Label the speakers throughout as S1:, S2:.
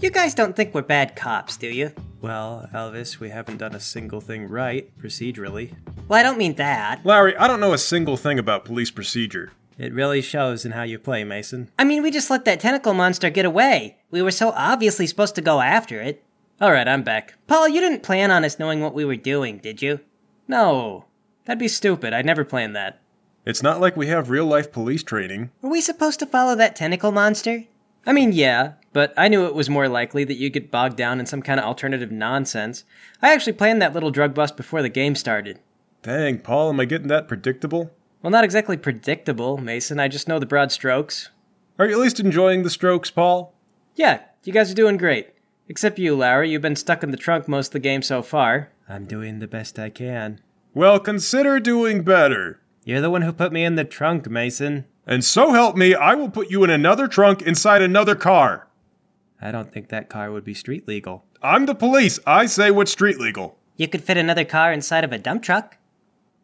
S1: You guys don't think we're bad cops, do you?
S2: Well, Elvis, we haven't done a single thing right procedurally.
S1: Well, I don't mean that.
S3: Lowry, I don't know a single thing about police procedure.
S2: It really shows in how you play, Mason.
S1: I mean, we just let that tentacle monster get away. We were so obviously supposed to go after it. All right, I'm back. Paul, you didn't plan on us knowing what we were doing, did you?
S2: No, that'd be stupid. I never planned that.
S3: It's not like we have real life police training.
S1: Were we supposed to follow that tentacle monster?
S2: I mean, yeah, but I knew it was more likely that you'd get bogged down in some kind of alternative nonsense. I actually planned that little drug bust before the game started.
S3: Dang, Paul, am I getting that predictable?
S2: Well, not exactly predictable, Mason. I just know the broad strokes.
S3: Are you at least enjoying the strokes, Paul?
S2: Yeah, you guys are doing great. Except you, Lowry. You've been stuck in the trunk most of the game so far.
S4: I'm doing the best I can.
S3: Well, consider doing better.
S4: You're the one who put me in the trunk, Mason.
S3: And so help me, I will put you in another trunk inside another car.
S4: I don't think that car would be street legal.
S3: I'm the police. I say what's street legal.
S1: You could fit another car inside of a dump truck.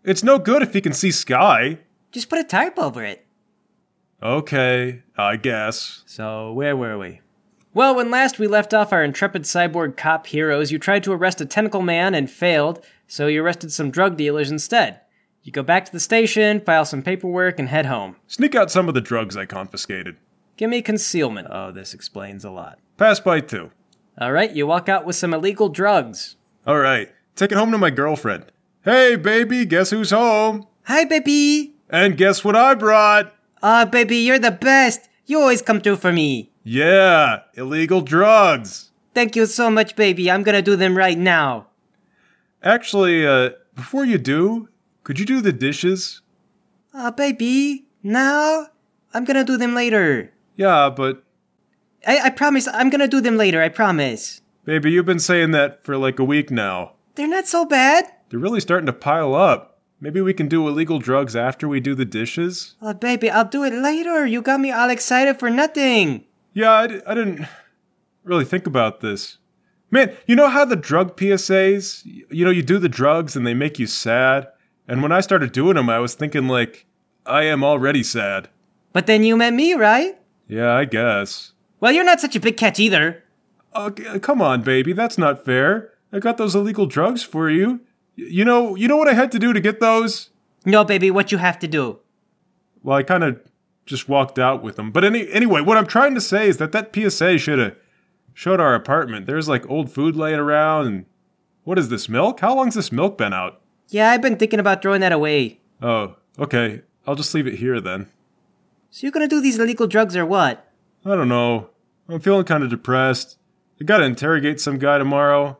S3: It's no good if he can see sky.
S1: Just put a tarp over it.
S3: Okay, I guess.
S4: So, where were we?
S2: Well, when last we left off our intrepid cyborg cop heroes, you tried to arrest a tentacle man and failed, so you arrested some drug dealers instead. You go back to the station, file some paperwork, and head home.
S3: Sneak out some of the drugs I confiscated.
S2: Give me concealment.
S4: Oh, this explains a lot.
S3: Pass by two.
S2: All right, you walk out with some illegal drugs.
S3: All right, take it home to my girlfriend. Hey, baby, guess who's home?
S1: Hi, baby.
S3: And guess what I brought?
S1: Ah, baby, you're the best. You always come through for me.
S3: Yeah, illegal drugs.
S1: Thank you so much, baby. I'm gonna do them right now.
S3: Actually, uh, before you do, could you do the dishes?
S1: Ah, baby. Now? I'm gonna do them later.
S3: Yeah, but
S1: I, I promise I'm gonna do them later, I promise.
S3: baby, you've been saying that for like a week now.
S1: They're not so bad.
S3: They're really starting to pile up. Maybe we can do illegal drugs after we do the dishes?
S1: Oh, baby, I'll do it later. You got me all excited for nothing.
S3: Yeah, I, d- I didn't really think about this. Man, you know how the drug PSAs, y- you know, you do the drugs and they make you sad? And when I started doing them, I was thinking, like, I am already sad.
S1: But then you met me, right?
S3: Yeah, I guess.
S1: Well, you're not such a big catch either.
S3: Uh, c- come on, baby, that's not fair. I got those illegal drugs for you. Y- You know, you know what I had to do to get those?
S1: No, baby, what you have to do.
S3: Well, I kind of just walked out with them. But any anyway, what I'm trying to say is that that PSA should have showed our apartment. There's like old food laying around. And what is this milk? How long's this milk been out?
S1: Yeah, I've been thinking about throwing that away.
S3: Oh, okay. I'll just leave it here then.
S1: So you're gonna do these illegal drugs or what?
S3: I don't know. I'm feeling kind of depressed. I gotta interrogate some guy tomorrow.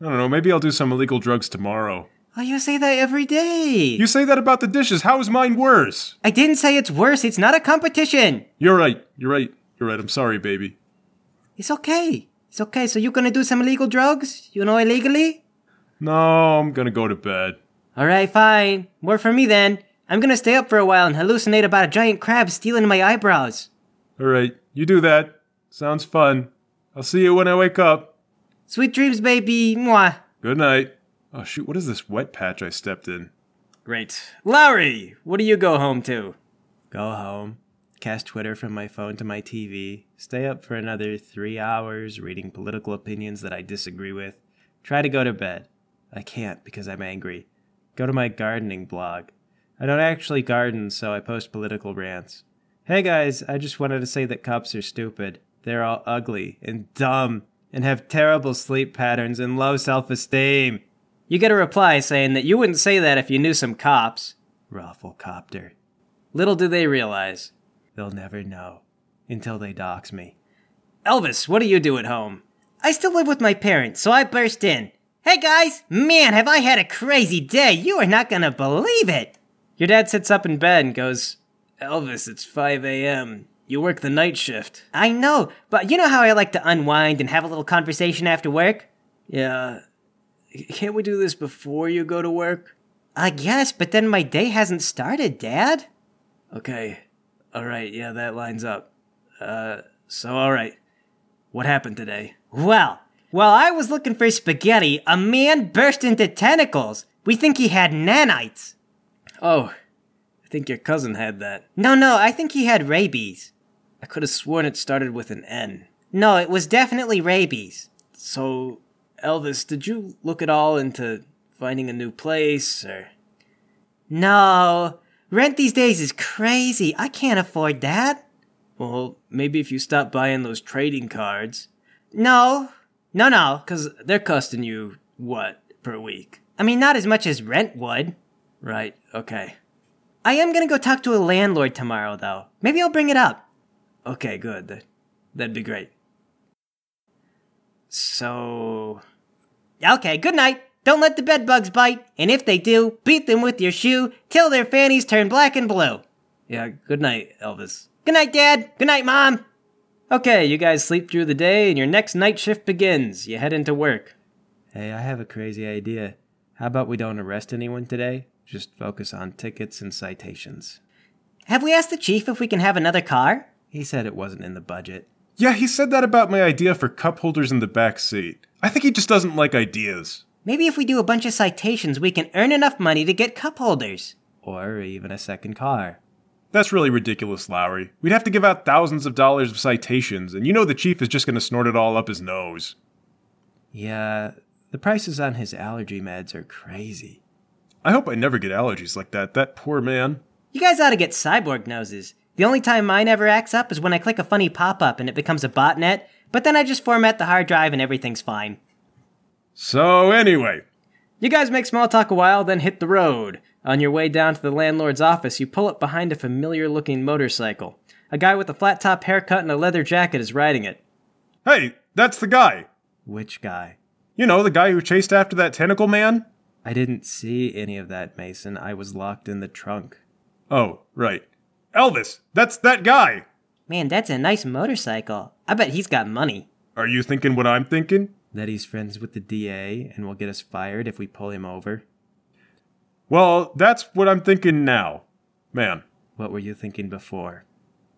S3: I don't know. Maybe I'll do some illegal drugs tomorrow.
S1: Oh, you say that every day.
S3: You say that about the dishes. How is mine worse?
S1: I didn't say it's worse. It's not a competition.
S3: You're right. You're right. You're right. I'm sorry, baby.
S1: It's okay. It's okay. So you're gonna do some illegal drugs? You know, illegally?
S3: No, I'm gonna go to bed.
S1: Alright, fine. More for me then. I'm gonna stay up for a while and hallucinate about a giant crab stealing my eyebrows.
S3: All right, you do that. Sounds fun. I'll see you when I wake up.
S1: Sweet dreams, baby. Mwah.
S3: Good night. Oh, shoot, what is this wet patch I stepped in?
S2: Great. Lowry, what do you go home to?
S4: Go home, cast Twitter from my phone to my TV, stay up for another three hours reading political opinions that I disagree with, try to go to bed. I can't because I'm angry. Go to my gardening blog. I don't actually garden, so I post political rants. Hey guys, I just wanted to say that cops are stupid. They're all ugly and dumb and have terrible sleep patterns and low self esteem.
S2: You get a reply saying that you wouldn't say that if you knew some cops.
S4: Rafflecopter.
S2: Little do they realize.
S4: They'll never know until they dox me.
S2: Elvis, what do you do at home?
S1: I still live with my parents, so I burst in. Hey guys, man, have I had a crazy day. You are not gonna believe it.
S2: Your dad sits up in bed and goes, Elvis, it's 5 a.m. You work the night shift.
S1: I know, but you know how I like to unwind and have a little conversation after work?
S2: Yeah. Can't we do this before you go to work?
S1: I guess, but then my day hasn't started, Dad.
S2: Okay. All right. Yeah, that lines up. Uh, so, all right. What happened today?
S1: Well, while I was looking for spaghetti, a man burst into tentacles. We think he had nanites.
S2: Oh, I think your cousin had that.
S1: No, no, I think he had rabies.
S2: I could have sworn it started with an N.
S1: No, it was definitely rabies.
S2: So, Elvis, did you look at all into finding a new place or?
S1: No. Rent these days is crazy. I can't afford that.
S2: Well, maybe if you stop buying those trading cards,
S1: No. No, no.
S2: because they're costing you what per week,
S1: I mean, not as much as rent would.
S2: right? Okay,
S1: I am gonna go talk to a landlord tomorrow, though. Maybe I'll bring it up.
S2: okay, good. That- That'd be great. So,
S1: Okay, good night. Don't let the bed bugs bite, and if they do, beat them with your shoe till their fannies turn black and blue.
S2: yeah, good night, Elvis.
S1: Good night, Dad. Good night, Mom.
S2: Okay, you guys sleep through the day and your next night shift begins. You head into work.
S4: Hey, I have a crazy idea. How about we don't arrest anyone today? Just focus on tickets and citations.
S1: Have we asked the chief if we can have another car?
S4: He said it wasn't in the budget.
S3: Yeah, he said that about my idea for cup holders in the back seat. I think he just doesn't like ideas.
S1: Maybe if we do a bunch of citations, we can earn enough money to get cup holders.
S4: Or even a second car.
S3: That's really ridiculous, Lowry. We'd have to give out thousands of dollars of citations, and you know the chief is just going to snort it all up his nose.
S4: Yeah, the prices on his allergy meds are crazy.
S3: I hope I never get allergies like that. That poor man.
S1: You guys ought to get cyborg noses. The only time mine ever acts up is when I click a funny pop up and it becomes a botnet, but then I just format the hard drive and everything's fine.
S3: So, anyway,
S2: You guys make small talk a while, then hit the road. On your way down to the landlord's office, you pull up behind a familiar looking motorcycle. A guy with a flat top haircut and a leather jacket is riding it.
S3: hey, that's the guy.
S4: Which guy?
S3: You know, the guy who chased after that tentacle man?
S4: I didn't see any of that, Mason. I was locked in the trunk.
S3: Oh, right. Elvis, that's that guy.
S1: Man, that's a nice motorcycle. I bet he's got money.
S3: Are you thinking what I'm thinking?
S4: That he's friends with the DA and will get us fired if we pull him over.
S3: Well, that's what I'm thinking now. Man,
S4: What were you thinking before?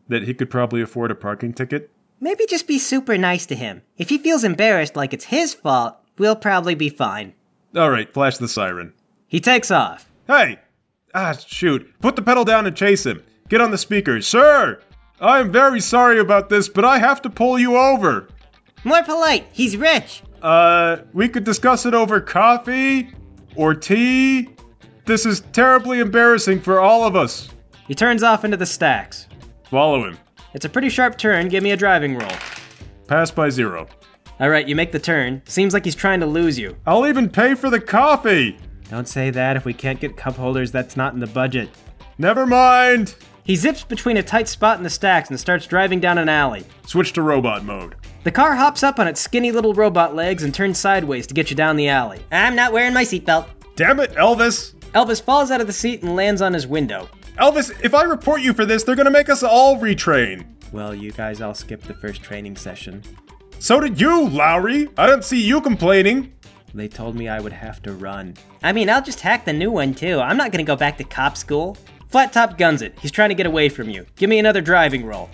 S3: that he could probably afford a parking ticket?
S1: Maybe just be super nice to him. If he feels embarrassed like it's his fault, we'll probably be fine.
S3: All right, flash the siren.
S2: He takes off.
S3: Hey! Ah, shoot. Put the pedal down and chase him. Get on the speaker. Sir! I'm very sorry about this, but I have to pull you over.
S1: More polite, he's rich.
S3: Uh, we could discuss it over coffee or tea. This is terribly embarrassing for all of us.
S2: He turns off into the stacks.
S3: Follow him.
S2: It's a pretty sharp turn, give me a driving roll.
S3: Pass by zero.
S2: Alright, you make the turn. Seems like he's trying to lose you.
S3: I'll even pay for the coffee.
S4: Don't say that. If we can't get cup holders, that's not in the budget.
S3: Never mind.
S2: He zips between a tight spot in the stacks and starts driving down an alley.
S3: Switch to robot mode.
S2: The car hops up on its skinny little robot legs and turns sideways to get you down the alley.
S1: I'm not wearing my seatbelt.
S3: Damn it, Elvis.
S2: Elvis falls out of the seat and lands on his window.
S3: Elvis, if I report you for this, they're gonna make us all retrain.
S4: Well, you guys all skipped the first training session.
S3: So did you, Lowry. I don't see you complaining.
S4: They told me I would have to run.
S1: I mean, I'll just hack the new one too. I'm not gonna go back to cop school.
S2: Flat Top guns it. He's trying to get away from you. Give me another driving roll.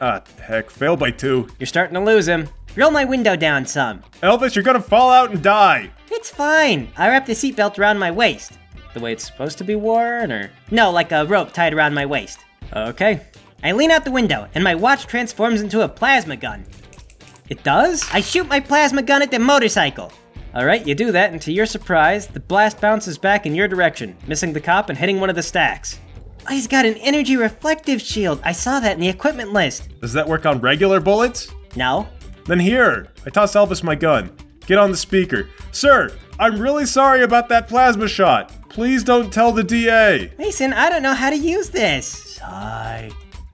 S3: Ah, heck, fail by two.
S2: You're starting to lose him.
S1: Roll my window down some.
S3: Elvis, you're gonna fall out and die.
S1: It's fine. I wrapped the seatbelt around my waist.
S2: The way it's supposed to be worn, or.
S1: No, like a rope tied around my waist.
S2: Okay.
S1: I lean out the window, and my watch transforms into a plasma gun.
S2: It does?
S1: I shoot my plasma gun at the motorcycle.
S2: Alright, you do that, and to your surprise, the blast bounces back in your direction, missing the cop and hitting one of the stacks.
S1: He's got an energy reflective shield. I saw that in the equipment list.
S3: Does that work on regular bullets?
S1: No?
S3: Then here, I toss Elvis my gun. Get on the speaker. Sir, I'm really sorry about that plasma shot. Please don't tell the DA.
S1: Mason, I don't know how to use this.
S4: Sigh.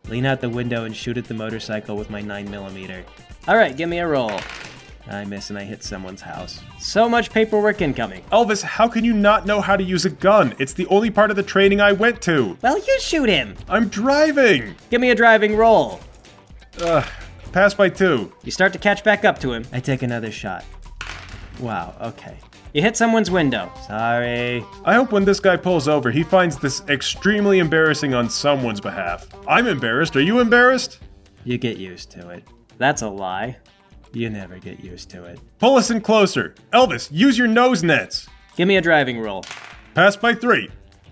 S4: Lean out the window and shoot at the motorcycle with my 9mm.
S2: Alright, give me a roll.
S4: I miss and I hit someone's house.
S2: So much paperwork incoming.
S3: Elvis, how can you not know how to use a gun? It's the only part of the training I went to.
S1: Well, you shoot him.
S3: I'm driving.
S2: Give me a driving roll.
S3: Pass by two.
S2: You start to catch back up to him.
S4: I take another shot. Wow, okay.
S2: You hit someone's window.
S4: Sorry.
S3: I hope when this guy pulls over, he finds this extremely embarrassing on someone's behalf. I'm embarrassed. Are you embarrassed?
S4: You get used to it.
S2: That's a lie.
S4: You never get used to it.
S3: Pull us in closer. Elvis, use your nose nets.
S2: Give me a driving roll.
S3: Pass by three.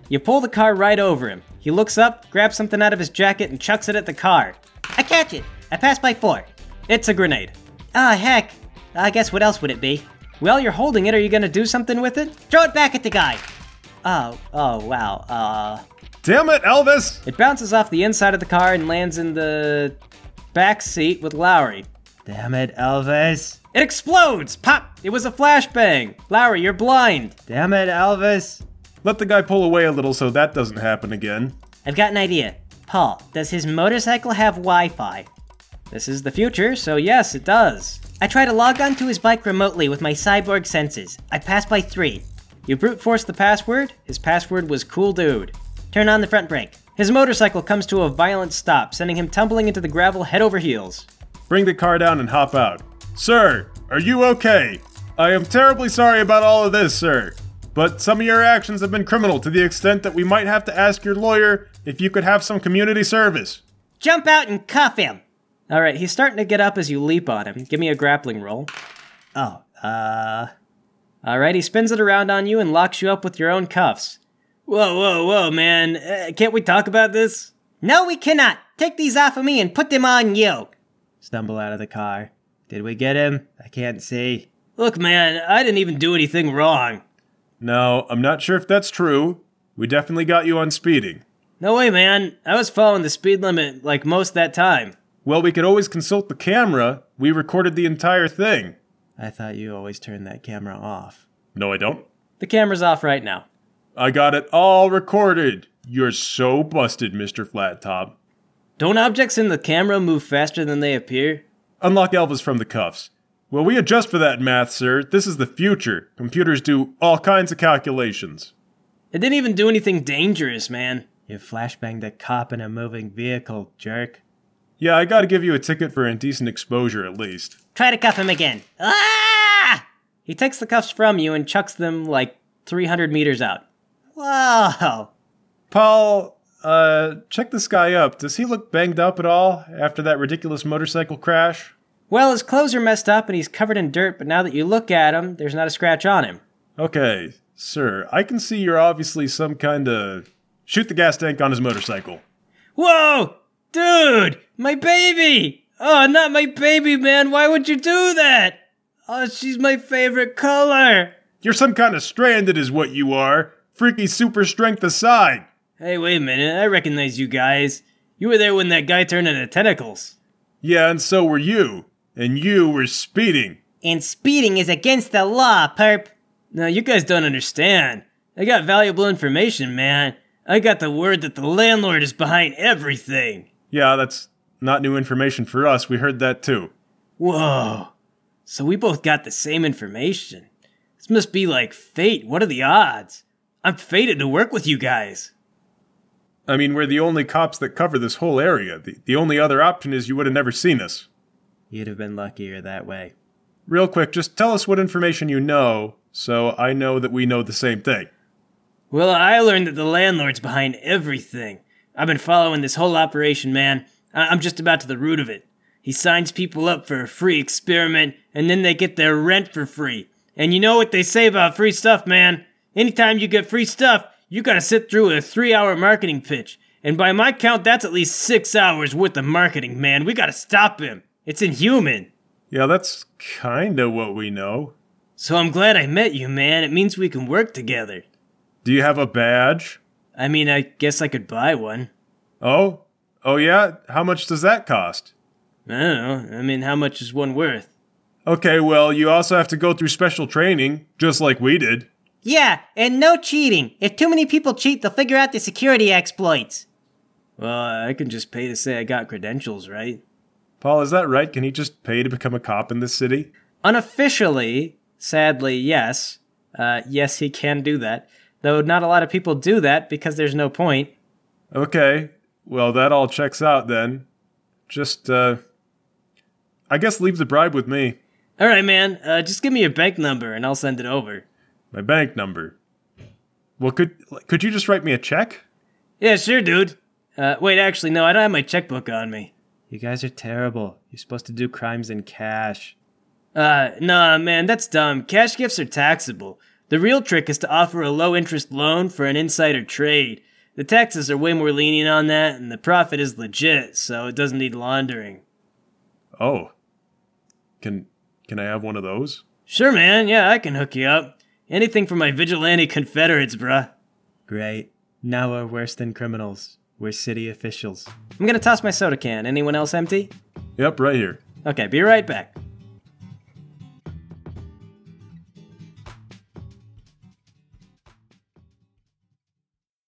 S2: You pull the car right over him. He looks up, grabs something out of his jacket, and chucks it at the car.
S1: I catch it. I pass by four.
S5: It's a grenade.
S6: Ah, heck. I guess what else would it be?
S5: Well, you're holding it. Are you going to do something with it?
S6: Throw it back at the guy. Oh, oh, wow. Uh,
S3: Damn it, Elvis!
S5: It bounces off the inside of the car and lands in the back seat with Lowry.
S7: Damn it, Elvis.
S5: It explodes! Pop! It was a flashbang! Lowry, you're blind!
S7: Damn it, Elvis.
S3: Let the guy pull away a little so that doesn't happen again.
S6: I've got an idea. Paul, does his motorcycle have Wi Fi?
S5: This is the future, so yes, it does.
S6: I try to log onto his bike remotely with my cyborg senses. I pass by three.
S5: You brute force the password. His password was cool dude.
S6: Turn on the front brake.
S5: His motorcycle comes to a violent stop, sending him tumbling into the gravel head over heels.
S3: Bring the car down and hop out. Sir, are you okay? I am terribly sorry about all of this, sir. But some of your actions have been criminal to the extent that we might have to ask your lawyer if you could have some community service.
S6: Jump out and cuff him!
S5: All right, he's starting to get up as you leap on him. Give me a grappling roll.
S6: Oh, uh.
S5: All right, he spins it around on you and locks you up with your own cuffs.
S2: Whoa, whoa, whoa, man. Uh, can't we talk about this?
S6: No, we cannot. Take these off of me and put them on you.
S7: Stumble out of the car. Did we get him? I can't see.
S2: Look, man, I didn't even do anything wrong.
S3: No, I'm not sure if that's true. We definitely got you on speeding.
S2: No way, man. I was following the speed limit like most that time.
S3: Well, we could always consult the camera. We recorded the entire thing.
S7: I thought you always turned that camera off.
S3: No, I don't.
S5: The camera's off right now.
S3: I got it all recorded. You're so busted, Mr. Flat Top.
S2: Don't objects in the camera move faster than they appear?
S3: Unlock Elvis from the cuffs. Well, we adjust for that math, sir. This is the future. Computers do all kinds of calculations.
S2: It didn't even do anything dangerous, man.
S7: You flashbanged a cop in a moving vehicle, jerk.
S3: Yeah, I gotta give you a ticket for indecent exposure at least.
S6: Try to cuff him again. Ah!
S5: He takes the cuffs from you and chucks them like 300 meters out.
S6: Whoa!
S3: Paul, uh, check this guy up. Does he look banged up at all after that ridiculous motorcycle crash?
S5: Well, his clothes are messed up and he's covered in dirt, but now that you look at him, there's not a scratch on him.
S3: Okay, sir, I can see you're obviously some kind of. Shoot the gas tank on his motorcycle.
S2: Whoa! Dude! My baby! Oh, not my baby, man! Why would you do that? Oh, she's my favorite color!
S3: You're some kind of stranded, is what you are freaky super strength aside.
S2: Hey, wait a minute. I recognize you guys. You were there when that guy turned into tentacles.
S3: Yeah, and so were you. And you were speeding.
S6: And speeding is against the law, perp.
S2: No, you guys don't understand. I got valuable information, man. I got the word that the landlord is behind everything.
S3: Yeah, that's not new information for us. We heard that too.
S2: Whoa. So we both got the same information. This must be like fate. What are the odds? I'm fated to work with you guys.
S3: I mean, we're the only cops that cover this whole area. The, the only other option is you would have never seen us.
S7: You'd have been luckier that way.
S3: Real quick, just tell us what information you know so I know that we know the same thing.
S2: Well, I learned that the landlord's behind everything. I've been following this whole operation, man. I- I'm just about to the root of it. He signs people up for a free experiment, and then they get their rent for free. And you know what they say about free stuff, man? Anytime you get free stuff, you gotta sit through a three hour marketing pitch. And by my count, that's at least six hours worth of marketing, man. We gotta stop him. It's inhuman.
S3: Yeah, that's kinda what we know.
S2: So I'm glad I met you, man. It means we can work together.
S3: Do you have a badge?
S2: I mean, I guess I could buy one.
S3: Oh? Oh, yeah? How much does that cost?
S2: I don't know. I mean, how much is one worth?
S3: Okay, well, you also have to go through special training, just like we did.
S6: Yeah, and no cheating. If too many people cheat, they'll figure out the security exploits.
S2: Well, I can just pay to say I got credentials, right?
S3: Paul, is that right? Can he just pay to become a cop in this city?
S5: Unofficially, sadly, yes. Uh, yes, he can do that. Though not a lot of people do that because there's no point.
S3: Okay, well, that all checks out then. Just, uh. I guess leave the bribe with me.
S2: Alright, man, uh, just give me your bank number and I'll send it over.
S3: my bank number. Well, could could you just write me a check?
S2: Yeah, sure, dude. Uh, wait, actually, no, I don't have my checkbook on me.
S7: You guys are terrible. You're supposed to do crimes in cash.
S2: Uh, nah, man, that's dumb. Cash gifts are taxable. The real trick is to offer a low interest loan for an insider trade. The taxes are way more lenient on that, and the profit is legit, so it doesn't need laundering.
S3: Oh, Can can I have one of those?
S2: Sure, man. Yeah, I can hook you up. Anything for my vigilante Confederates, bruh.
S8: Great. Now we're worse than criminals. We're city officials.
S9: I'm gonna toss my soda can. Anyone else empty?
S3: Yep, right here.
S9: Okay, be right back.